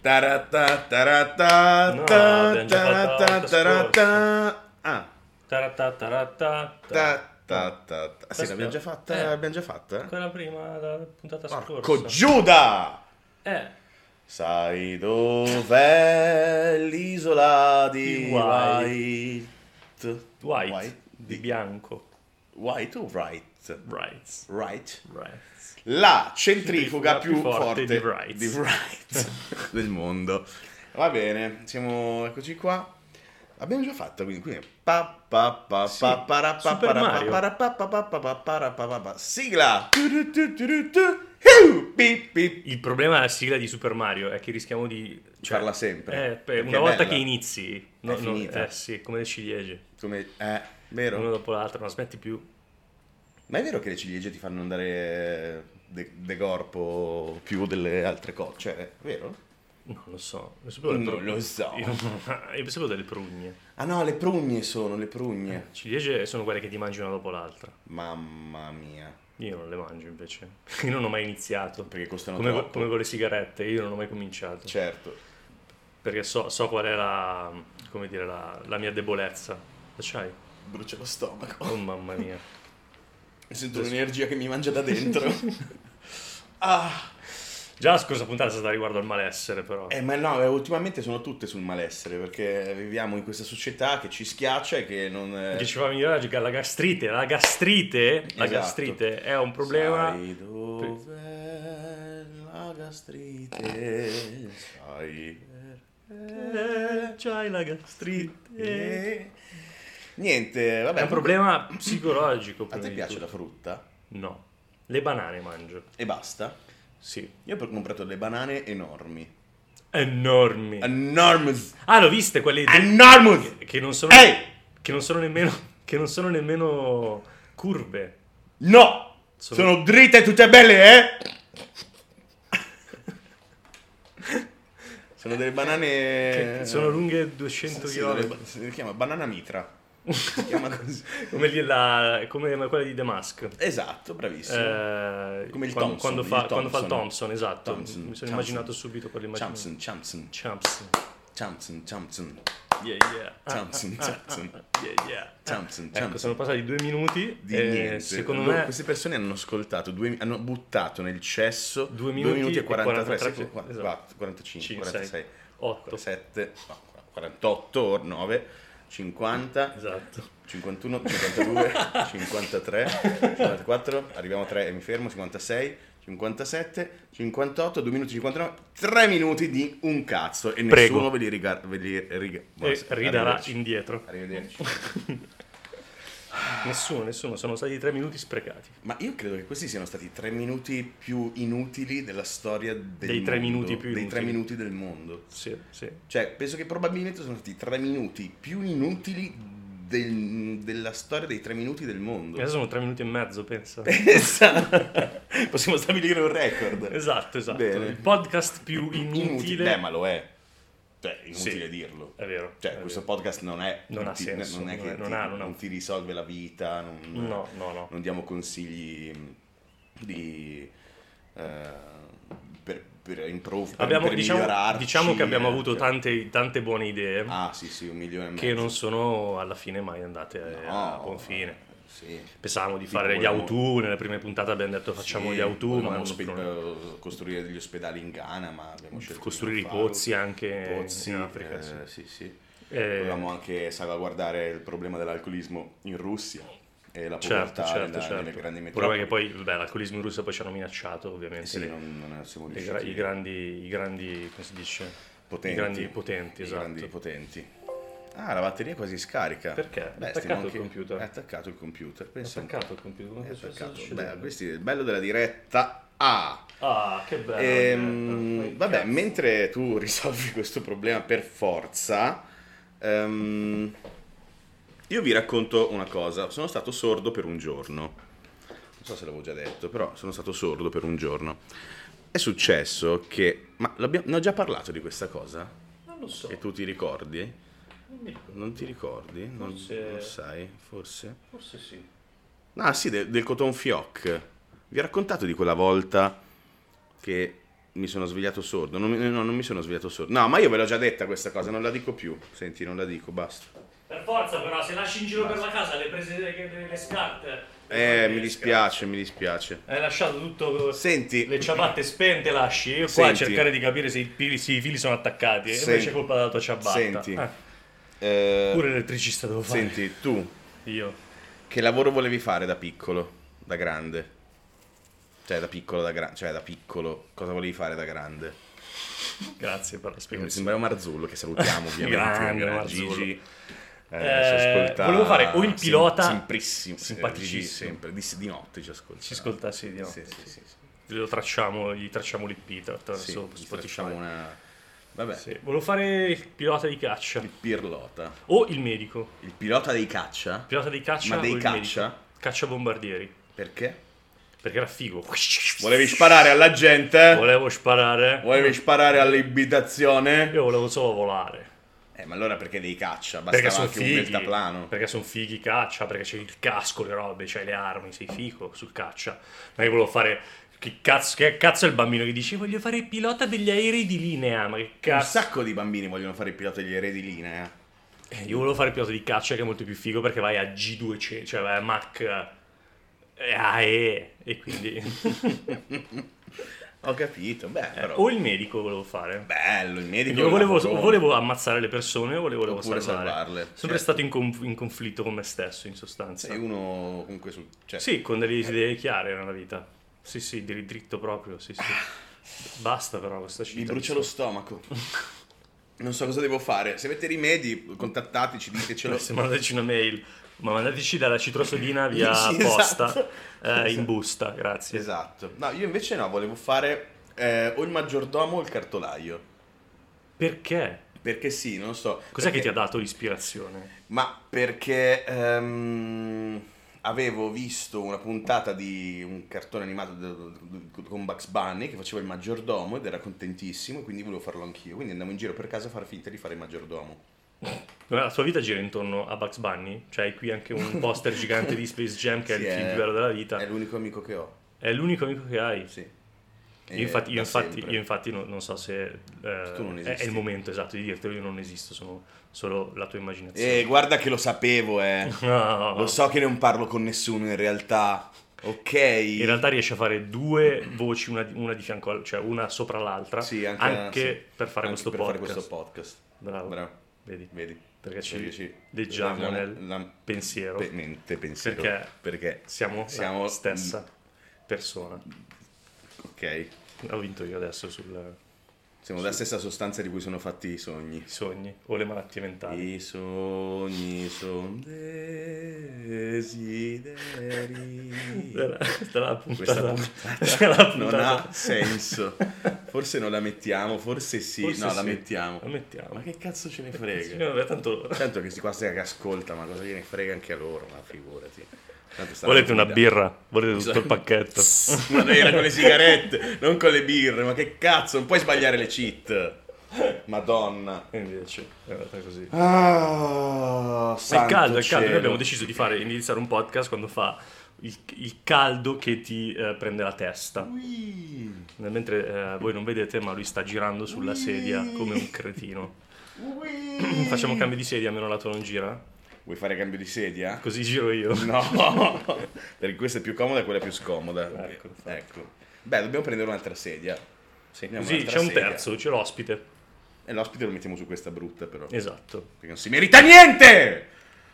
Tarata, tarata, No, ta, abbiamo già tarata, fatto l'altra tarata. Ah, Taratataratata. ta, ta, ta, ta. Ah, Sì, Questa- l'abbiamo già fatta. eh. L'abbiamo già fatta. Quella prima, la puntata Porco scorsa. Giuda! eh, Sai dov'è l'isola di Di White? white, Di di bianco. White o Wright? Brights. Right. Brights. La centrifuga Centrifuga più, più forte, forte di Wright. di Wright del mondo. Va bene, siamo eccoci qua. Abbiamo già fatto, quindi, quindi pa pa pa Sì, pa para pa Super para pa Mario. para pa pa pa pa pa para pa pa pa sigla. Tu tu tu tu tu tu. Hiu! Pip pip. Il problema della sigla di Super Mario è che rischiamo di... Farla sempre, Eh, per- perché una è volta bella. che inizi... no- È no- finita. eh sì, come le ciliegie. Come eh, Una vero? dopo l'altra, non smetti più. Ma è vero che le ciliegie ti fanno andare de, de corpo più delle altre cose, cioè, è vero? Non lo so. Io sapevo le Non prugne. lo so. Io, io pensavo delle prugne. Ah no, le prugne sono, le prugne. Ciliegie sono quelle che ti mangi una dopo l'altra. Mamma mia. Io non le mangio invece. Io non ho mai iniziato. Perché costano Come, troppo. come con le sigarette, io non ho mai cominciato. Certo. Perché so, so qual è la, come dire, la, la mia debolezza. Lo sai? Brucia lo stomaco. Oh mamma mia. Sento un'energia che mi mangia da dentro. ah. Già la scorsa puntata è stata riguardo al malessere, però. Eh, ma no, eh, ultimamente sono tutte sul malessere perché viviamo in questa società che ci schiaccia e che non... eh, Che ci fa migliorare la gastrite. La gastrite, la Esatto. gastrite è un problema. Sai dov'è la gastrite? Sai Eh, c'hai la gastrite. perché? Niente, vabbè. È un problema psicologico. A prima te di piace tutto. la frutta? No. Le banane mangio. E basta? Sì. Io ho comprato delle banane enormi. Enormi. Enormous! Ah, l'ho viste quelle de- Enormous! che non sono Ehi! che non sono nemmeno che non sono nemmeno curve. No! Sono... Sono- dritte e tutte belle, eh? sono delle banane... Che sono lunghe 200 Sì, km. delle ba- Si chiama banana mitra. Si chiama così. come, lì la- come quella di Damask. Esatto, bravissimo. Eh, Come il quando, Thompson, quando il fa, quando fa il Thompson. Thompson, esatto. Thompson, Mi sono Thompson. immaginato subito quell'immagine. Thompson, Thompson, Thompson. Thompson, Thompson, Yeah, yeah. Ah, Thompson, ah, Thompson, ah, yeah, yeah. Thompson, Ecco, Thompson. sono passati due minuti Di e niente. secondo Loro- me Queste persone hanno ascoltato, due- hanno buttato nel cesso Due due minuti e e 43 43, secondi, qua- esatto. quattro, 45, Cinque, 46, otto. 47, no, 48, 9, 50, Esatto. 51, 52, 53, 54, arriviamo a 3 e mi fermo, 56, 57, 58, 2 minuti 59, 3 minuti di un cazzo e Prego. nessuno ve li, riga- ve li riga- E buonasera, ridarà arrivederci. indietro. Arrivederci. Nessuno, nessuno, sono stati tre minuti sprecati. Ma io credo che questi siano stati i tre minuti più inutili della storia del Dei tre mondo, minuti più dei tre inutili. minuti del mondo. Sì, sì. Cioè, penso che probabilmente sono stati i tre minuti più inutili del- della storia dei tre minuti del mondo. Adesso sono tre minuti e mezzo, pensa. Esatto. Possiamo stabilire un record. Esatto, esatto. Bene. Il podcast più inutile. Beh, ma lo è. Cioè, inutile Sì. dirlo. È vero. Cioè, è questo vero. podcast non è... Non ha ti- senso, Non è che non- non ti, ha- non ha- non ti risolve la vita. Non, No, no, no. non diamo consigli mh, di eh, per, per improve per, Abbiamo- per diciamo, migliorarci, diciamo che abbiamo eh, avuto cioè- tante, tante buone idee ah sì sì un milione e mezzo che non sono alla fine mai andate eh, a No, buon fine. sì. Pensavamo di Tipo fare gli volevamo- auto, nella prima puntata abbiamo detto facciamo Sì, gli auto, volevamo ma non spe- lo eh, costruire degli ospedali in Ghana ma abbiamo scelto di costruire i non farlo. pozzi anche pozzi in Africa. eh, sì. sì sì Eh, volevamo anche salvaguardare il problema dell'alcolismo in Russia e la certo, povertà certo, nella- certo. nelle grandi Problema metropoli che poi, beh, l'alcolismo in Russia poi ci hanno minacciato, ovviamente. Eh sì, le- non, non siamo le riusciti gra- i, grandi, I grandi, come si dice? potenti, I grandi potenti, I esatto. grandi potenti. Ah, la batteria è quasi scarica. Perché? Beh, È attaccato stiamo il computer. È attaccato il computer. Pensa un po'. Attaccato il computer. come È cosa sta attaccato. succedendo? Beh, questo è il bello della diretta. Ah, Ah, che bello. Ehm, eh, eh, vabbè, cazzo. mentre tu risolvi questo problema per forza, ehm, io vi racconto una cosa. Sono stato sordo per un giorno. Non so se l'avevo già detto, però sono stato sordo per un giorno. È successo che... Ma l'abbiamo- ne ho già parlato di questa cosa? Non lo so. E tu ti ricordi? non mi ricordo. Non ti ricordi? Non, Forse- non sai, forse? Forse sì. Ah sì, de- del coton fioc. Vi ho raccontato di quella volta che mi sono svegliato sordo. Non mi, eh, no, non mi sono svegliato sordo. No, ma io ve l'ho già detta questa cosa, non la dico più. Senti, non la dico, basta. Per forza, però, se lasci in giro per la casa le prese delle, delle scarpe. Eh, mi dispiace, mi dispiace. Hai lasciato tutto. eh, Senti, Le ciabatte spente lasci. Io qua a Senti. cercare di capire se i fili, se i fili sono attaccati. E Senti. invece è colpa della tua ciabatta. Senti. Eh, eh, pure l'elettricista devo fare. senti, tu Io. che lavoro volevi fare da piccolo, da grande? Cioè, da piccolo, da grande. Cioè, da piccolo, cosa volevi fare da grande? Grazie per la Mi spiegazione. sembrava Marzullo, che salutiamo ovviamente. Grande Era Marzullo. Gigi. Eh, ci ascolta- volevo fare o il sim- pilota- Semprissimo. eh, simpaticissimo. Gigi sempre. Di, di notte ci ascolta. Ci ascoltassi di no. Sì, sì, sì. sì. Lo tracciamo, gli tracciamo l'IP Sì, attraverso gli Spotify. facciamo una... Vabbè, Sì, volevo fare il pilota di caccia il pirlota. o il medico. Il pilota dei caccia? Pilota di caccia Ma dei o il caccia? medico. Caccia bombardieri. Perché? Perché era figo. Volevi sparare alla gente? Volevo sparare. Volevi sparare all'ibitazione? Io volevo solo volare. Eh, ma allora perché dei caccia? Perché Bastava sono anche un fighi. deltaplano. Perché sono fighi caccia, perché c'è il casco, le robe, c'hai le armi, sei figo sul caccia. Ma io volevo fare. Che cazzo, che cazzo è il bambino che dice voglio fare il pilota degli aerei di linea? Ma che Un cazzo? sacco di bambini vogliono fare il pilota degli eredi di linea. Eh, Io volevo fare il pilota di caccia che è molto più figo perché vai a G200, cioè vai a Mach eh, AE e quindi... Ho capito, beh, Eh, però... o il medico volevo fare. Bello, il medico... Eh. Oh, Io volevo, lavoro. volevo ammazzare le persone, o volevo Oppure salvare. salvarle, Sempre certo. stato in, conf- in conflitto con me stesso, in sostanza. Sei uno comunque su... Cioè, Sì, con delle idee chiare nella vita. Sì, sì, di dritto proprio, sì, sì. Basta però questa città. Mi brucia lo stomaco. Non so cosa devo fare. Se avete rimedi, contattateci, ditecelo. Se mandateci una mail, ma mandateci dalla citrosodina via Sì, posta, esatto. eh, in busta, grazie. Esatto. No, io invece no, volevo fare eh, o il maggiordomo o il cartolaio. Perché? Perché sì, non so. Perché- Cos'è che ti ha dato l'ispirazione? Ma perché ehm, avevo visto una puntata di un cartone animato de- de- con Bugs Bunny che faceva il maggiordomo ed era contentissimo e quindi volevo farlo anch'io. Quindi andavo in giro per casa a far finta di fare il maggiordomo. La tua vita gira intorno a Bugs Bunny? Cioè hai qui anche un poster gigante di Space Jam che è Sì, il film più bello della vita. È l'unico amico che ho. È l'unico amico che hai. Sì. E Io infatti, io da infatti- sempre. io infatti non, non so se eh, Tu non è- è, esisti. il momento esatto di dirtelo, io non esisto, sono solo la tua immaginazione. Eh, guarda che lo sapevo, eh. No. Lo so che non parlo con nessuno in realtà. Ok. In realtà riesce a fare due voci, una, di- una di fianco, al- cioè una sopra l'altra, Sì, anche, sì. per, fare, Anche questo per fare podcast. questo podcast. Bravo. Bravo. Vedi? Vedi? Perché ci ci leggiamo nel pensiero. pe- mente pensiero. Perché Perché Siamo, Siamo- la stessa persona. Ok. Ho vinto io adesso sul- Siamo la stessa sostanza di cui sono fatti i sogni. sui sogni o le malattie mentali. I sogni sono desideri. Te la puntata, Questa te la puntata non puntata. ha senso. Forse non la mettiamo, forse sì. Forse no, la sì. mettiamo. La mettiamo. Ma che cazzo ce ne Sì, frega? no, vabbè, tanto- Tanto che sti qua stasera che ascolta, ma cosa gliene frega anche a loro, ma figurati. Tanto stanno Volete una guidando. birra? Volete Bisogna- tutto il pacchetto? Ma noi era con le sigarette, non con le birre, ma che cazzo, non puoi sbagliare le cheat. Madonna. E Eh, invece è andata così. Ah, Ma è caldo, è caldo. Noi abbiamo deciso di fare, iniziare un podcast quando fa il, il caldo che ti eh, prende la testa. Nel- Mentre eh, voi non vedete, ma lui sta girando sulla sedia come un cretino. Facciamo cambio di sedia, almeno la tua non gira. Vuoi fare cambio di sedia? Così giro io. No, perché questa è più comoda e quella è più scomoda. Ecco, infatti. Ecco. Beh, dobbiamo prendere un'altra sedia. Sì, Andiamo così un'altra c'è un sedia. terzo, c'è l'ospite. E l'ospite lo mettiamo su questa brutta, però. Esatto. Perché non si merita niente!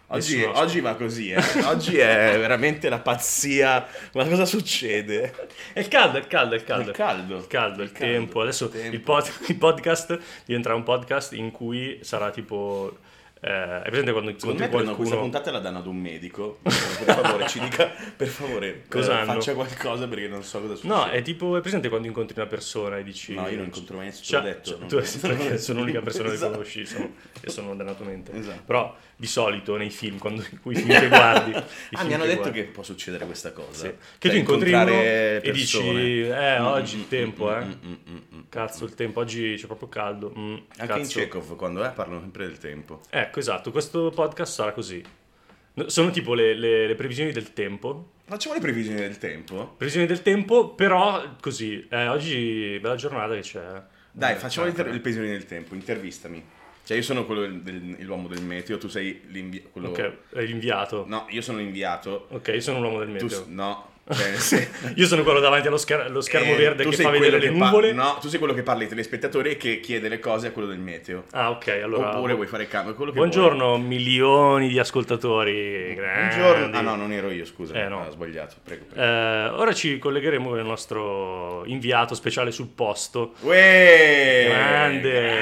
Oggi, Nessuno oggi va così, eh. Oggi è veramente la pazzia. Ma cosa succede? È il caldo, è il caldo, è il caldo. Il caldo. Il caldo, il, Il caldo, tempo. Adesso il tempo. Il, pod- il podcast diventerà un podcast in cui sarà tipo... eh, è presente quando Secondo me incontri prendono questa qualcuno... puntata e la danno ad un medico. Per favore, ci dica, per favore, Cosa eh, hanno? faccia qualcosa perché non so cosa succede. No, eh, è tipo, è presente quando incontri una persona e dici... No, io non incontro mai nessuno, Ciao, l'ho detto, ciao, non- tu perché sono l'unica persona Esatto. che conosci, sono, e sono da nato mente. Esatto. Però di solito nei film, quando, in cui film che guardi... i Ah, film mi hanno detto guardi- che può succedere questa cosa. sì. Cioè, Che tu incontri uno incontrare e dici, persone. eh, Mm, oggi mm, il tempo, mm, eh. mm, mm, mm, mm. Cazzo, il tempo, oggi c'è proprio caldo. mm, Anche cazzo. eh, in Chekhov, quando è, parlano sempre del tempo. Ecco, esatto, questo podcast sarà così. No, Sono tipo le, le- le previsioni del tempo. Facciamo le previsioni del tempo. Previsioni del tempo, però così. eh, oggi bella giornata che c'è. Dai, Eh, facciamo le cioè, inter- le previsioni del tempo, intervistami. Cioè, io sono quello del- del- l'uomo del meteo, tu sei l'inviato. Quello... Ok, è l'inviato. No, io sono l'inviato. Ok, io sono l'uomo del Tu... meteo. s- No. Cioè, se- Io sono quello davanti allo scher- allo schermo eh, verde tu che sei fa vedere quello le che pa- nuvole. no, tu sei quello che parla ai telespettatori e che chiede le cose a quello del meteo. Ah, ok, allora. Oppure vuoi fare cambio? quello che Buongiorno, milioni di ascoltatori. vuoi. grandi. Buongiorno. Ah no, non ero io, scusa. Ah, Eh, no. ho sbagliato. Prego. prego. Eh, ora ci collegheremo con il nostro inviato speciale sul posto. Uè! Grande.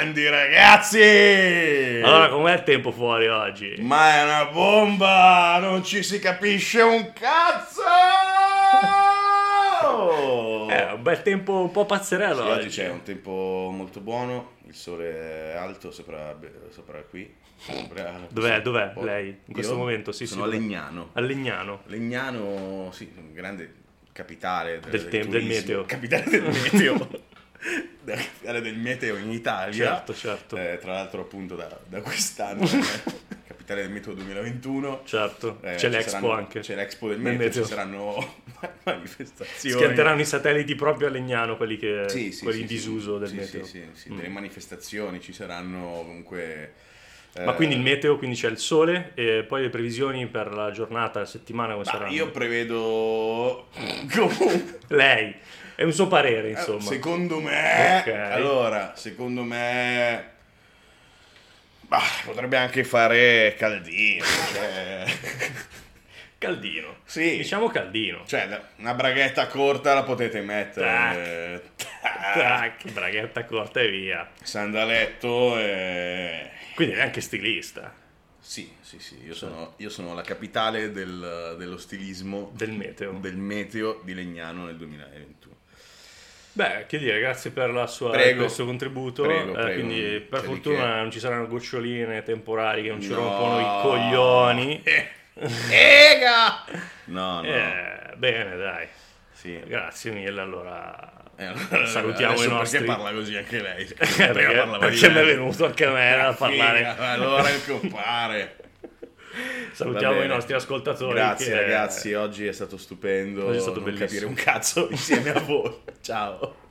Grandi ragazzi! Allora, com'è il tempo fuori oggi? Ma è una bomba! Non ci si capisce un cazzo! Eh, un bel tempo un po' Sì, pazzerello. oggi c'è un tempo molto buono, il sole è alto sopra, sopra qui. Sopra- Dov'è, dov'è Oh, lei? In questo io momento, sì, sono sì, a dov'è? Legnano. A Legnano. Legnano, sì, un grande capitale del, Del tem- del turismo, meteo. Capitale del meteo. Da- capitale del meteo in Italia. Certo, certo. Eh, tra l'altro appunto da, da quest'anno, eh, capitale del meteo 2021. Certo, Eh, c'è ci l'Expo saranno- anche. C'è l'Expo del Del meteo, meteo. ci saranno manifestazioni. Schianteranno i satelliti proprio a Legnano, quelli, che, Sì, sì, quelli sì, in sì. disuso del Sì, meteo. Sì, sì, sì, Mm. delle manifestazioni ci saranno comunque... eh, Ma quindi il meteo, quindi c'è il sole e poi le previsioni per la giornata, la settimana come bah, saranno? eh, io prevedo comunque... Lei, è un suo parere Eh, insomma. Secondo me, Ok. allora, secondo me, bah, potrebbe anche fare caldino. Cioè, Caldino. Sì. Diciamo caldino. cioè, la- una braghetta corta la potete mettere. Tac. Tac, braghetta corta e via. Sandaletto e... Quindi è anche stilista Sì, sì, sì, io Cioè. sono, io sono la capitale del- dello stilismo del meteo. del meteo di Legnano nel 2021. Beh, che dire, grazie per, la sua- Prego. per il suo contributo. Prego, Eh, prego. Quindi per C'è di fortuna che. non ci saranno goccioline temporali che non ci No. rompono i coglioni. Eh. Ega! No, no. Eh, bene, dai. Sì. Grazie mille, allora... Eh, allora, Salutiamo adesso i nostri- Perché parla così anche lei? Eh, perché, parlava di perché mi è lei. Eh, venuto anche a me a Figa, parlare. Allora il compare. Va Salutiamo bene. i nostri ascoltatori. Grazie che- ragazzi, oggi è stato stupendo. eh. Oggi è stato non bellissimo. capire un cazzo insieme a voi. Ciao.